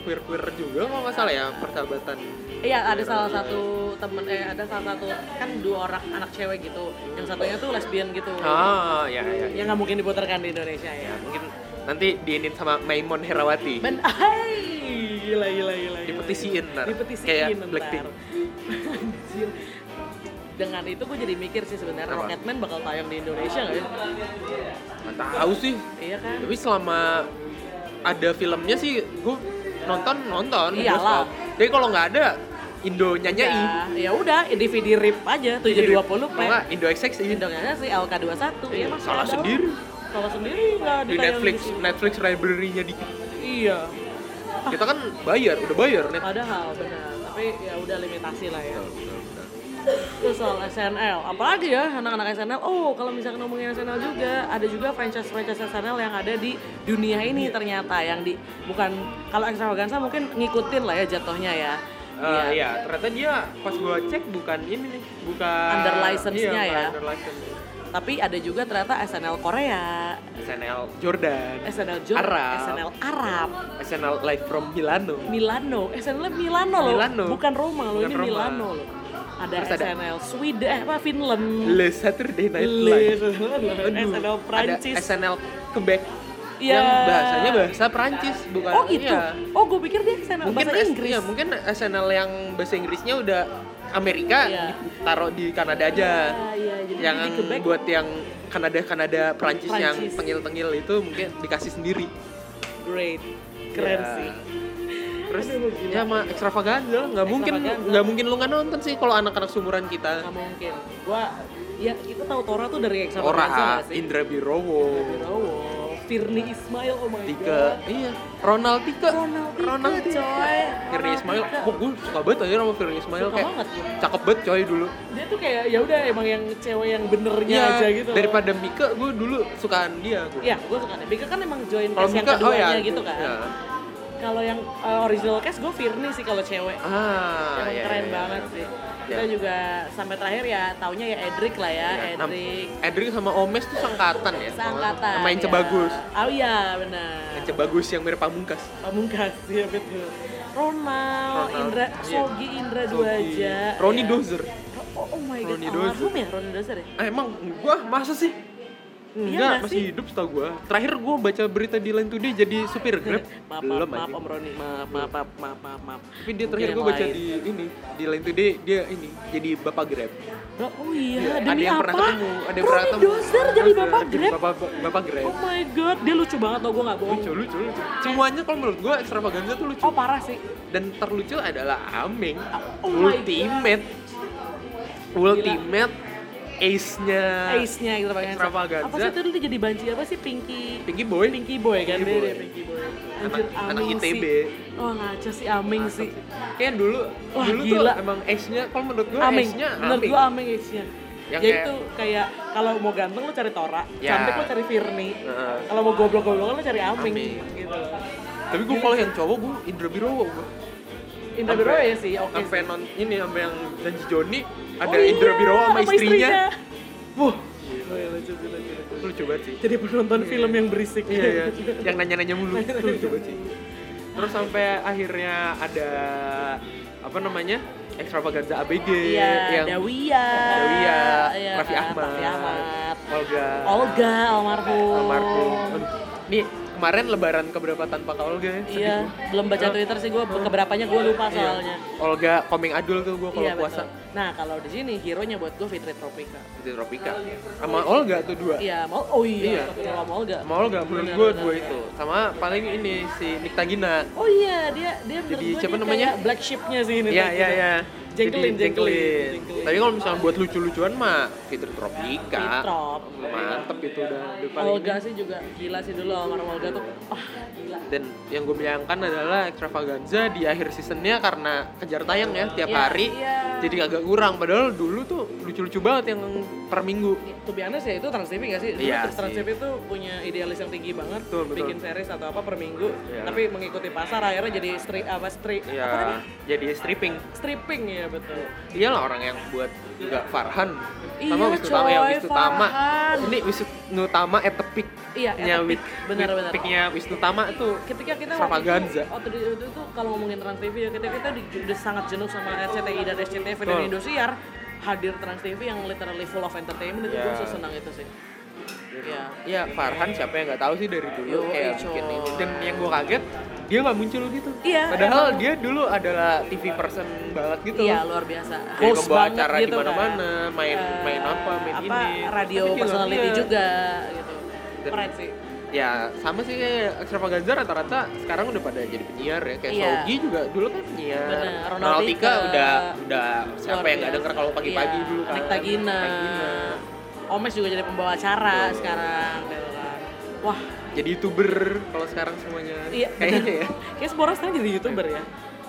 queer queer juga kalau nggak salah ya persahabatan Iya ada salah satu temen eh ada salah satu kan dua orang anak cewek gitu. Yang satunya tuh lesbian gitu. ah ya ya, ya. Ya nggak mungkin diputarkan di Indonesia ya. mungkin nanti diinin sama Maimon Herawati Ben, hai, gila gila gila. gila. Dipetisiin ntar. Dipetisiin Kayak ntar. Blackpink. Anjir. Dengan itu gue jadi mikir sih sebenarnya Apa? Rocketman bakal tayang di Indonesia nggak ya? nggak tahu sih Iya kan? tapi selama ada filmnya sih gue nonton nonton di Iyalah. bioskop. jadi kalau nggak ada Indo nyanyi Ya udah, DVD rip aja Iya, 720p. Indo XXI Indonesia sih LK21 ya masih Iya, salah ada. sendiri. Salah sendiri nggak di ditayang Netflix sini. Netflix library-nya dikit Iya. kita kan bayar udah bayar net Padahal benar, tapi ya udah limitasi lah ya. Terus soal SNL, apalagi ya anak-anak SNL. Oh, kalau misalkan ngomongin SNL juga, ada juga franchise-franchise SNL yang ada di dunia ini Iya. ternyata yang di bukan kalau extravaganza mungkin ngikutin lah ya jatuhnya ya. Eh, Iya, ternyata dia pas gua cek bukan ini nih, bukan Under license-nya iya, ya. bukan Under license. Tapi ada juga ternyata SNL Korea, SNL Jordan, SNL Jor, Arab. SNL Arab, SNL Live from Milano. Milano, SNL Milano loh, Milano. bukan Roma loh, Bukan ini Roma. Milano loh. Ada Terus ada- SNL Sweden, eh apa Finland, Le Saturday Night Live. Le- Aduh, SNL Prancis. Ada SNL Quebec. Iya. Yang bahasanya bahasa Prancis, bukan Oh gitu. iya. Oh, gue pikir dia SNL Mungkin bahasa S- Inggris. iya, mungkin SNL yang bahasa Inggrisnya udah Amerika Iya. taruh di Kanada aja. Ah, iya, jadi yang di Quebec buat yang Kanada Kanada Prancis, yang Prancis. tengil-tengil itu mungkin dikasih sendiri. great. Keren Ya. sih. Terus ya sama extravaganza nggak mungkin Extravaganza. nggak mungkin lu nggak nonton sih kalau anak-anak seumuran kita. Gak mungkin. Nah, Gua ya kita tahu Tora tuh dari Extra Ora, gak sih? Indra Birowo, Wirowo, Firly Ismail, oh my Tika, god. iya, Ronald Tika, Ronald Tika, coy. Firly Ronald Ismail, Tika. kok gue suka banget aja sama Firly Ismail Suka kayak banget. cakep banget coy dulu. Dia tuh kayak ya udah emang yang cewek yang benernya Iya, aja gitu. loh. daripada Mika, gue dulu sukaan dia. gua. Iya, gue suka deh. Bika kan emang join Kalau cast yang Mika, oh keduanya ya, gitu kan. iya. Kalau yang uh, original cast gue Firly sih kalau cewek. Ah, emang iya, keren iya, iya. banget sih. Kita Iya. juga sampai terakhir ya taunya ya Edric lah ya, Ya, nam- Edric. Edric sama Omes tuh sangkatan ya. Seangkatan. Sama Ince ya. Bagus. Oh iya, benar. Ince Bagus yang mirip Pamungkas. Pamungkas ya betul. Ronald, Ronald, Indra, iya. Sogi, Indra Sogi. Duaja. Roni ya. Dozer. Oh, oh my god, Roni almarhum ya Roni Dozer ya? Ah, emang gua masa sih? Iya nggak Enggak, masih sih? hidup setahu gua. Terakhir gua baca berita di Line Today jadi supir Grab. Maaf, maaf, Belum maaf, aja. Om Roni. Maaf, maaf, maaf, maaf, maaf, maaf. Tapi dia Mungkin terakhir yang gua baca lain. di ini, di Line Today dia ini jadi bapak Grab. Bro, oh iya, Iya, demi ada yang apa? pernah ketemu, ada yang pernah Roni ketemu. Dozer jadi Dozer, bapak jadi Grab. Bapak bapak Grab. Oh my god, dia lucu banget loh, gue gak bohong. Lucu, lucu, lucu. Semuanya kalau menurut gua extravaganza tuh lucu. Oh parah sih. dan terlucu adalah Aming Oh my ultimate ultimate ace-nya Ace-nya gitu pakai Extravaganza. Apa sih itu dulu dia jadi banci apa sih Pinky Pinky Boy Pinky Boy kan Pinky dia, Boy. dia Pinky Boy. Anak- anak Aming ITB. sih. Wah ngaca sih Aming sih. kayak dulu Wah, dulu gila. tuh emang ace-nya kalau menurut gua Aming. ace-nya Menurut Aming gua Aming Ace-nya. Yang ya itu kayak kalau mau ganteng lo cari Tora, Ya. cantik lo cari Firni. Heeh. Kalau mau goblok-goblok lo cari Aming, Aming. gitu. tapi gua kalau yang cowok gua Indra Birowo gua Indra Sampai- Biro ya sih, oke. sampai sih. non ini sampai yang janji Joni ada Oh Indra iya, Birowo sama istrinya wah Oh iya, lucu, lucu, lucu. itu lucu banget sih Jadi penonton film yang berisik. iya iya yang nanya-nanya mulu itu lucu banget sih terus sampai akhirnya ada apa namanya extravaganza ABG Iya, yang Dawia. Dawia, Iya, Raffi Ahmad, Raffi Ahmad. Olga, Olga almarhum. almarhum. Aduh, Nih kemarin lebaran keberapa tanpa Kak Olga ya? Sedih Iya, gua. belum baca Twitter sih gue, keberapanya gue lupa Iya. soalnya. Olga coming adul tuh gue kalau Iya, puasa. betul. Nah, kalau di sini hero-nya buat gue Fitri Tropika. Di Tropika. Sama Olga tuh dua. Iya, mau oh Iya. iya, iya. sama Olga. Sama Olga menurut Benar, gue benar, dua benar. itu. Sama paling ini si Nikta Gina. Oh iya, dia dia menurut Jadi gua siapa dia namanya? kayak black sheep-nya sih ini. gitu. Iya tuh. iya iya. Jengkelin, Jadi jengkelin, jengkelin. Tapi kalau misalnya buat lucu-lucuan mah Fitri Tropika. Fitrop. Mantep itu udah udah paling Olga sih juga gila sih dulu almarhum Olga tuh. Wah, gila. dan yang gue bayangkan adalah extravaganza di akhir seasonnya karena kejar tayang ya tiap Iya, hari iya. jadi agak kurang padahal dulu tuh lucu-lucu banget yang per minggu To be honest ya itu Trans TV gak sih? Dulu Iya Trans sih. TV itu punya idealis yang tinggi banget Betul, betul. bikin series atau apa per minggu Iya. tapi mengikuti pasar akhirnya jadi stri apa stri apa namanya? ya jadi stripping Stripping ya betul. iyalah orang yang buat nggak Farhan Iya, sama Wisnutama ya coy, Wisnutama Farhan. ini Wisnutama at the peak Iya, at the nya peak. Wit- Benar, Wit- benar. peaknya Wisnutama tuh Ketika kita Extravaganza. waktu itu, waktu di- itu tuh kalau ngomongin Trans TV ya ketika kita di, udah sangat jenuh sama RCTI dan SCTV dan Betul. Indosiar hadir Trans TV yang literally full of entertainment itu Iya. gue sesenang itu sih. Iya. ya Farhan siapa yang nggak tahu sih dari dulu Yoi, kayak bikin coy. ini dan yang gue kaget dia nggak muncul gitu Iya, padahal emang. dia dulu adalah TV person banget gitu Iya luar biasa. Dia Host ngebawa banget acara gitu di mana-mana, kan. main- Eh, main apa, main iya. ini. Radio Tapi dia personality nggak- juga gitu. Dan- Keren sih. ya sama sih kayak extravaganza rata-rata sekarang udah pada jadi penyiar ya kayak Iya. Sogi juga dulu kan penyiar Bener, Ronald Ronald Tika Tika. udah udah siapa Luar yang nggak biasa. denger kalau pagi-pagi Iya, dulu kan Nikta Gina. Gina. Omes juga jadi pembawa acara sekarang gitu kan. Wah, jadi youtuber kalau sekarang semuanya iya kayaknya ya Kayak semua orang sekarang jadi youtuber ya.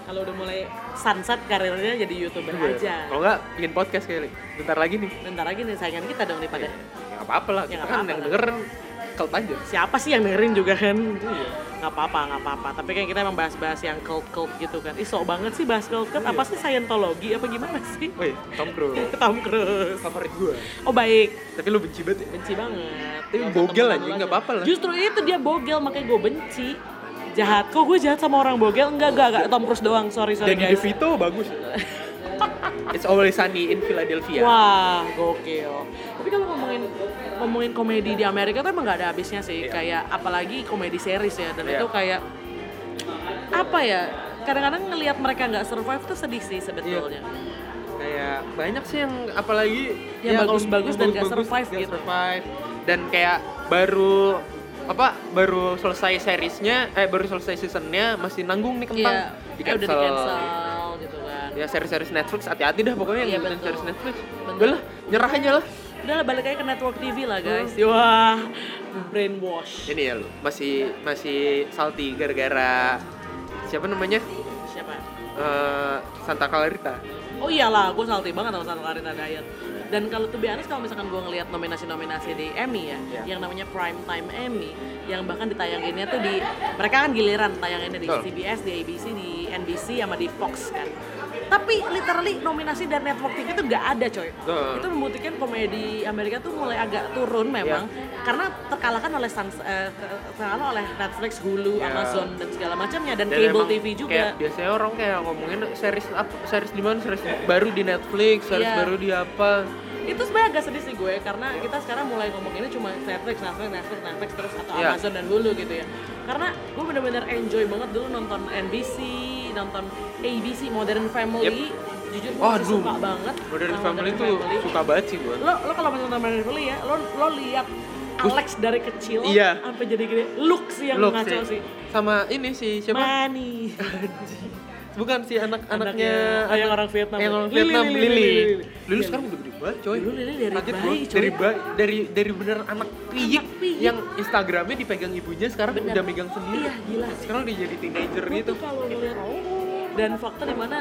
kalau udah mulai sunset karirnya jadi youtuber Iya. aja Kalau nggak bikin podcast kali. Bentar lagi nih. bentar lagi nih saingan kita dong nih pada Ya nggak apa-apa lah. Ya, Kita nggak kan apa-apa yang lah. denger cult aja. siapa sih yang dengerin juga kan Iya. nggak apa-apa nggak apa-apa tapi kan kita emang bahas-bahas yang cult cult gitu kan Ih, sok banget sih bahas cult Iya. cult apa sih Scientology apa gimana sih Woi, Tom Cruise. Tom Cruise Favorit gue. oh baik Tapi lu benci banget ya? benci banget Tapi Nggak bogel ketemu anjing, lagi. nggak apa-apa lah. justru itu dia bogel makanya gue benci jahat kok gue jahat sama orang bogel enggak enggak enggak Tom Cruise doang sorry sorry Jadi guys DeVito bagus. It's always sunny in Philadelphia. Wah, gokil. Tapi kalau ngomongin ngomongin komedi di Amerika tuh emang nggak ada habisnya sih. Iya. Kayak apalagi komedi series ya. Dan Iya. itu kayak apa ya? Kadang-kadang ngelihat mereka nggak survive tuh sedih sih sebetulnya. Iya. Kayak banyak sih yang apalagi Yang ya, kalau- bagus-bagus yang dan nggak bagus-bagus, survive nggak gitu. survive. Dan kayak baru apa baru selesai seriesnya eh baru selesai seasonnya masih nanggung nih kentang Iya, kayak udah di cancel gitu kan. ya series-series Netflix hati-hati dah pokoknya Iya, yang ngikutin betul. series Netflix Betul. udah lah nyerah aja lah Udah lah, balik aja ke network TV lah guys. Iya. Wah, brainwash. ini ya lu masih masih salty gara-gara siapa namanya Siapa? Eh, Santa Clarita Oh iyalah, gue salty banget sama Santa Clarita Diet. Dan kalau tuh biasa kalau misalkan gue ngelihat nominasi-nominasi di Emmy ya, Iya. yang namanya Prime Time Emmy, yang bahkan ditayanginnya tuh di mereka kan giliran tayanginnya di Betul. CBS, di ABC, di NBC sama di Fox kan. Tapi literally nominasi dan network TV tuh nggak ada coy. Betul. Iya. Itu membuktikan komedi Amerika tuh mulai agak turun memang karena terkalahkan oleh sans- eh, ter- terkalahkan oleh Netflix, Hulu, Iya. Amazon dan segala macamnya dan, Dan cable emang TV juga. kayak biasanya orang kayak ngomongin series apa series di mana series baru di Netflix series Iya. baru di apa itu sebenarnya agak sedih sih gue karena kita sekarang mulai ngomonginnya cuma Netflix, Netflix, Netflix, Netflix terus atau Iya. Amazon dan Hulu gitu ya. Karena gue bener-bener enjoy banget dulu nonton NBC, nonton ABC, Modern Family. Jujur gue masih Waduh. suka banget. Modern sama Family tuh suka banget sih gue Lo lo kalau nonton Modern Family ya, lo lo lihat Alex dari kecil Iya. sampai jadi gede, look sih yang Look ngaco sih. sih. sama ini sih siapa Mani. bukan sih anak-anaknya Anaknya- yang orang Vietnam. yang orang Lili, Vietnam Lili, Lili Lili, Lili. Lili sekarang udah gede banget coy Dulu Lili dari Kaget bayi, gua. coy. dari bayi dari dari bener anak piyik piyik. yang Instagramnya dipegang ibunya sekarang udah megang sendiri Iya, gila sih. sekarang udah jadi teenager Gua gitu tuh kalau ngeliat dan fakta di mana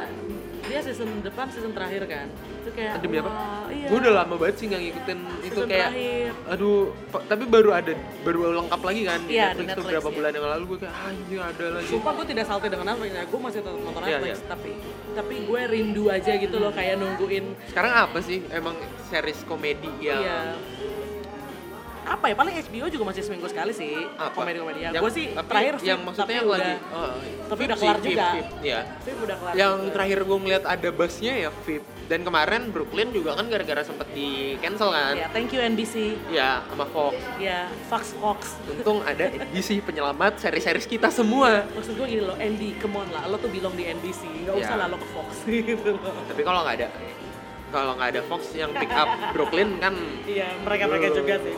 dia season depan season terakhir kan itu kayak demi apa wah, iya gue udah lama banget sih nggak ngikutin itu Season kayak terakhir. aduh pa- tapi baru ada baru lengkap lagi kan di Iya, di Netflix tuh Netflix, berapa iya. bulan yang lalu gue kayak anjir ada lagi sumpah gue tidak salty dengan Netflix ya gue masih tetap nonton Iya, Netflix iya. tapi tapi gue rindu aja gitu loh kayak nungguin sekarang apa sih emang series komedi yang iya apa ya paling HBO juga masih seminggu sekali sih apa komedi komedi ya Yang- gue sih tapi terakhir yang Flip, maksudnya tapi yang lagi udah, oh, tapi Flip udah sih, kelar Flip, juga. Flip, iya. Flip udah kelar yang juga. terakhir gue ngeliat ada busnya ya Vip dan kemarin Brooklyn juga kan gara-gara sempet di cancel ya kan thank you NBC ya sama Fox ya Fox Fox untung ada edisi penyelamat seri-series kita semua maksud gue gini loh Andy come on lah lo tuh belong di NBC nggak Iya. usah lah lo ke Fox gitu loh tapi kalau nggak ada kalau nggak ada Fox yang pick up Brooklyn kan Iya, mereka-mereka juga sih.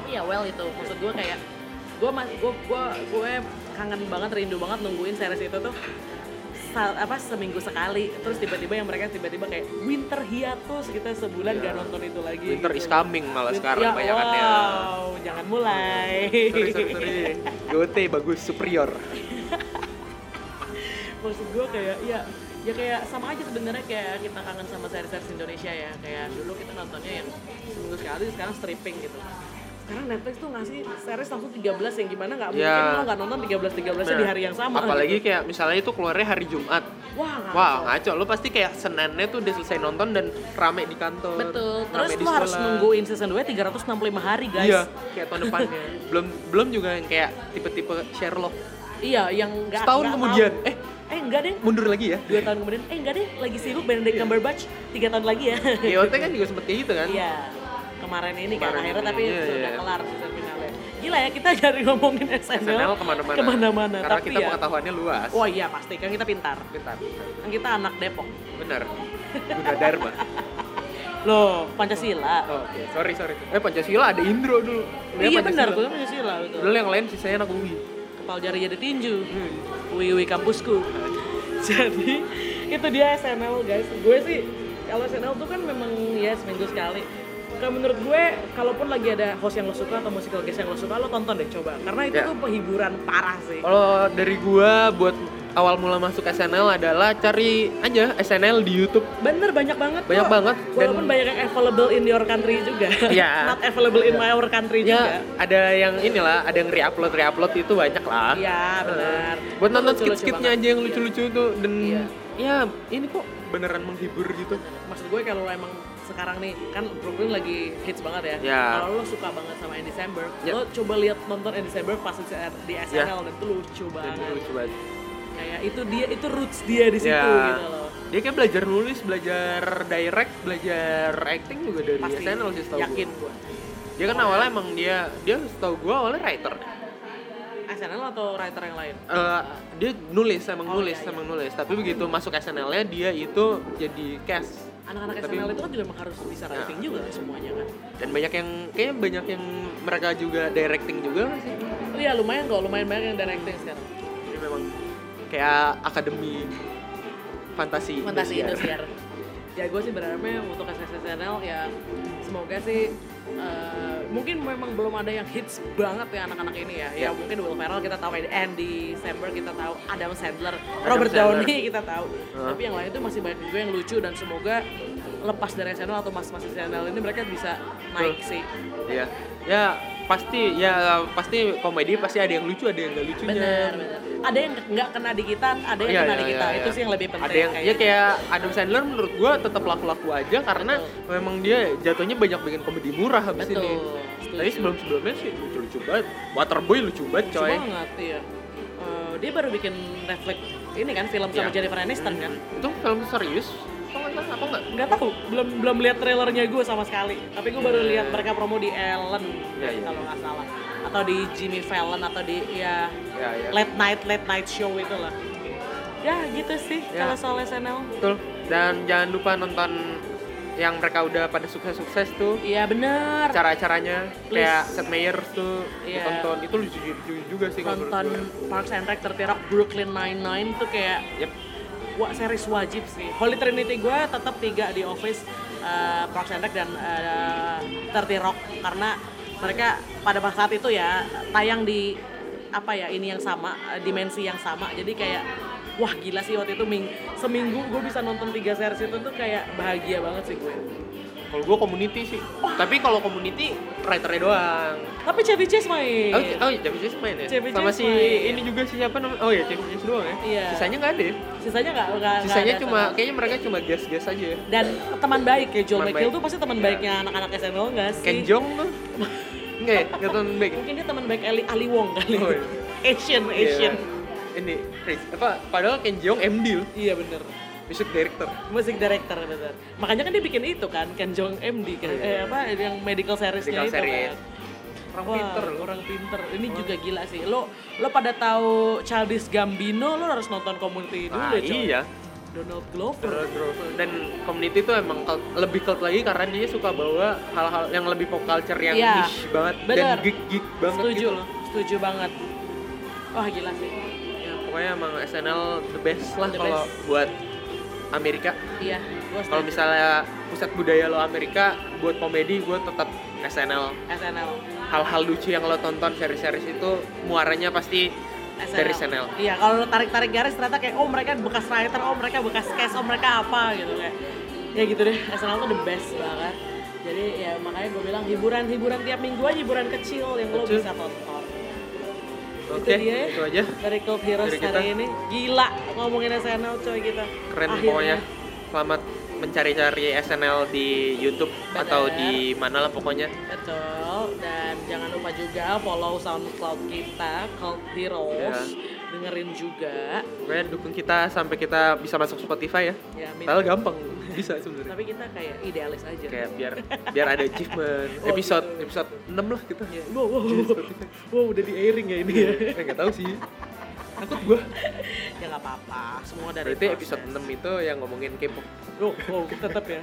Tapi ya well itu, maksud gue kayak gue gue gue gue kangen banget, rindu banget nungguin series itu tuh sa- apa seminggu sekali terus tiba-tiba yang mereka tiba-tiba kayak winter hiatus kita sebulan Iya. gak nonton itu lagi Winter gitu. is coming malah Win- sekarang ya, bayangannya wow, jangan mulai sorry sorry sorry Gote bagus superior maksud gue kayak ya ya kayak sama aja sebenarnya kayak kita kangen sama series-series Indonesia ya kayak dulu kita nontonnya yang seminggu sekali sekarang stripping gitu sekarang Netflix tuh ngasih series langsung 13 yang gimana nggak mungkin Ya. lo nggak nonton 13 13 nya di hari yang sama Ah. apalagi gitu. kayak misalnya itu keluarnya hari Jumat wah nggak Wah ngaco, lo pasti kayak senennya tuh udah selesai nonton dan rame di kantor betul rame terus di lo harus sekolah. nungguin season 2 365 hari guys Iya, kayak tahun depannya Belum belum juga yang kayak tipe-tipe Sherlock Iya, yang nggak Setahun nggak kemudian. tahu. Eh. eh enggak deh Mundur lagi ya dua tahun kemudian eh enggak deh lagi sibuk Benedict Cumberbatch tiga tahun lagi ya GOT kan juga sempet kayak gitu kan Iya. Kemarin ini kan Kemarin akhirnya ini, tapi iya, sudah iya. kelar season finale. Gila ya kita jadi ngomongin SNL, SNL kemana-mana Kemana-mana. Karena tapi kita ya. pengetahuannya luas Oh iya pasti kan kita pintar. Bentar, Kan kita anak Depok. benar Guna Dharma Loh, Pancasila. Oh, Oke, sorry sorry Eh Pancasila ada Indro dulu Dia iya Pancasila. benar, gue Pancasila betul. Dulu yang lain sisanya anak UI Kepala jari jadi tinju. Hmm. Wiwi kampusku. Jadi itu dia SNL guys. Gue sih kalau SNL tuh kan memang ya seminggu sekali. Kalau menurut gue, kalaupun lagi ada host yang lo suka atau musical guest yang lo suka, lo tonton deh coba. Karena itu Ya. tuh penghiburan parah sih. Kalau dari gua buat awal mula masuk SNL adalah cari aja SNL di YouTube. Bener banyak banget. kok. Banyak banget, dan- Walaupun banyak yang available in your country juga. Iya. Not available in my our country Ya, juga. ada yang inilah, ada yang re-upload, re-upload itu banyak lah. Iya benar. Buat nonton Lucu-lucu skit-skitnya banget. aja yang lucu-lucu tuh dan Iya. ya ini kok beneran menghibur gitu. Maksud gue kalau emang sekarang nih kan Brooklyn lagi hits banget ya. Iya. Kalau lo suka banget sama Andy Samberg, Ya. lo coba lihat nonton Andy Samberg pas di di SNL dan itu lucu Iya. Dan banget. lucu banget. Kayak itu dia itu roots dia di situ Ya. gitu loh. Dia kayak belajar nulis, belajar direct, belajar acting juga dari Pasti SNL sih setahu yakin gua. gue. Dia kan awalnya emang dia dia setahu gua awalnya writer. SNL atau writer yang lain? Eh, dia nulis emang Oh, nulis iya, iya. emang nulis tapi begitu masuk SNL-nya dia itu jadi cast Anak-anak Tapi- Iya. SNL itu kan juga emang harus bisa writing juga semuanya kan. dan banyak yang kayaknya banyak yang mereka juga directing juga nggak sih Iya lumayan kok, lumayan banyak yang directing sekarang. jadi memang kayak akademi fantasi Fantasi Indosiar. Indosiar. Ya gue sih berharapnya untuk SSNL ya semoga sih eh, mungkin memang belum ada yang hits banget ya anak-anak ini ya. Ya Ya. mungkin Will Ferrell kita tahu, Andy Samberg kita tahu, Adam Sandler, Robert Downey kita tahu. Tapi yang lain itu masih banyak juga yang lucu dan semoga lepas dari SNL atau mas-mas SNL ini mereka bisa naik sih. Iya. ya pasti ya pasti komedi pasti ada yang lucu ada yang nggak lucunya Benar, benar. Ada yang nggak kena di kita, ada yang Iya, kena iya, di kita. iya, Itu iya. sih yang lebih penting. ada yang ya kayak Adam Sandler menurut gua tetap laku-laku aja karena memang dia jatuhnya banyak bikin komedi murah habis Betul, ini setuju. tapi sebelum-sebelumnya sih lucu-lucu banget Waterboy lucu banget Lucu coy banget, iya. Eh, dia baru bikin Netflix ini kan film sama Iya. Jennifer Aniston kan? itu film serius apa enggak apa enggak Nggak tahu, belum belum lihat trailernya gue sama sekali. Tapi gue baru lihat mereka promo di Ellen Iya, iya. kalau nggak salah, atau di Jimmy Fallon atau di ya ya ya late night late night show itulah. Ya gitu sih Ya. kalau soal SNL. betul dan jangan lupa nonton yang mereka udah pada sukses-sukses tuh Iya bener. cara-caranya Please. kayak Seth Meyers tuh Iya. ditonton itu lucu lucu juga sih kalau menurut Nonton gua. Parks and Rec tertera Brooklyn Nine-Nine tuh kayak Yep. Wah, series wajib sih. Holy Trinity gue tetap tiga di Office, eh, Parks and Rec dan eh, 30 Rock karena mereka pada saat itu ya tayang di apa ya ini yang sama, eh, dimensi yang sama. Jadi kayak wah gila sih waktu itu ming seminggu gue bisa nonton tiga series itu tuh kayak bahagia banget sih gue. Kalau gue community sih. Tapi kalau community writernya doang. Tapi Chevy Chase main. Oh, c- oh Javi Chase main ya? Javi Chase Sama si main. ini juga si siapa namanya? Oh ya Javi Chase doang ya? Iya. Sisanya nggak ada ya? Sisanya nggak nggak- nggak Sisanya ada cuma, sama- kayaknya mereka cuma gas-gas aja ya. dan teman baik ya Joel Teman McHale baik. tuh pasti teman Iya. baiknya anak-anak SNL nggak sih? Ken Jeong tuh? Enggak ya? Nggak tahu baik. Mungkin dia teman baik Ali, Ali Wong kali. Oh, iya. Asian, Iya. Asian. Ini, Chris. Apa? Padahal Ken Jeong MD loh. Iya bener. Music director. Music director bener. Makanya kan dia bikin itu kan, Ken Jong MD kan. Eh, Iya. apa yang medical seriesnya Medical itu series. kan. Orang Wah, pinter loh. orang pinter. Ini juga gila sih. Lo lo pada tahu Childish Gambino, lo harus nonton Community dulu Ah, deh, Cok. iya. Donald Glover. Terus, terus. Dan community tuh emang cult, lebih cult lagi karena dia suka bawa hal-hal yang lebih pop culture yang Iya. niche banget Bener. dan geek-geek banget Setuju gitu lo, setuju banget. Wah gila sih. ya pokoknya emang SNL the best lah The kalau best. buat Amerika Iya, gua kalau setuju. misalnya pusat budaya lo Amerika buat komedi gue tetap SNL SNL. hal-hal lucu yang lo tonton seri-series itu muaranya pasti dari SNL Iya, kalau lo tarik-tarik garis ternyata kayak oh mereka bekas writer, oh mereka bekas cast, oh mereka apa gitu kayak. Ya gitu deh, SNL tuh the best banget. Jadi ya makanya gue bilang hiburan-hiburan tiap minggu aja hiburan kecil yang lo Kecil. bisa tonton. oke dia ya. itu aja Dari Club Heroes Dari kita. hari ini gila ngomongin SNL coy kita. keren Akhirnya. pokoknya selamat mencari-cari SNL di YouTube Bener. atau di mana lah pokoknya Betul, dan jangan lupa juga follow SoundCloud kita, Cult Heroes. Iya. Dengerin juga. pokoknya dukung kita sampai kita bisa masuk Spotify ya Ya, amin. padahal gampang bisa sebenarnya Tapi kita kayak idealis aja. kayak biar biar ada achievement Oh, episode gitu. episode 6 lah kita Ya. Wow, wow, wow. Wow, udah di airing ya ini ya. Eh, nggak tahu sih. Takut gua. ya nggak apa-apa, semua dari ya. Berarti proses. episode 6 itu yang ngomongin K-pop. Loh, wow, Oh, tetap ya.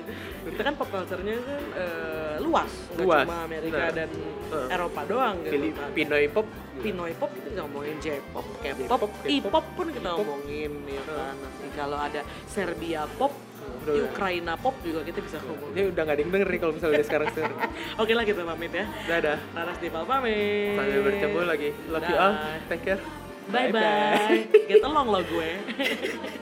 Kita kan pop culture-nya kan eh, luas, nggak Luas, Nah. Eh. cuma Amerika benar. dan Heeh. Eropa doang gitu. Pilih kan. Pinoy pop. Pinoy pop kita bisa ngomongin J-pop, K-pop, J-pop, Eh. I-pop pun kita I-pop. ngomongin ya kan. Nanti kalau ada Serbia pop, Udah. Ukraina pop juga kita bisa ngomongin. Ini udah nggak ada yang denger nih kalau misalnya dari sekarang sekarang. Oke lah kita pamit ya. Dadah. Raras di pamit. Sampai bertemu lagi. Love you ah. all. Dah. Take care. Bye bye. Get along lo gue.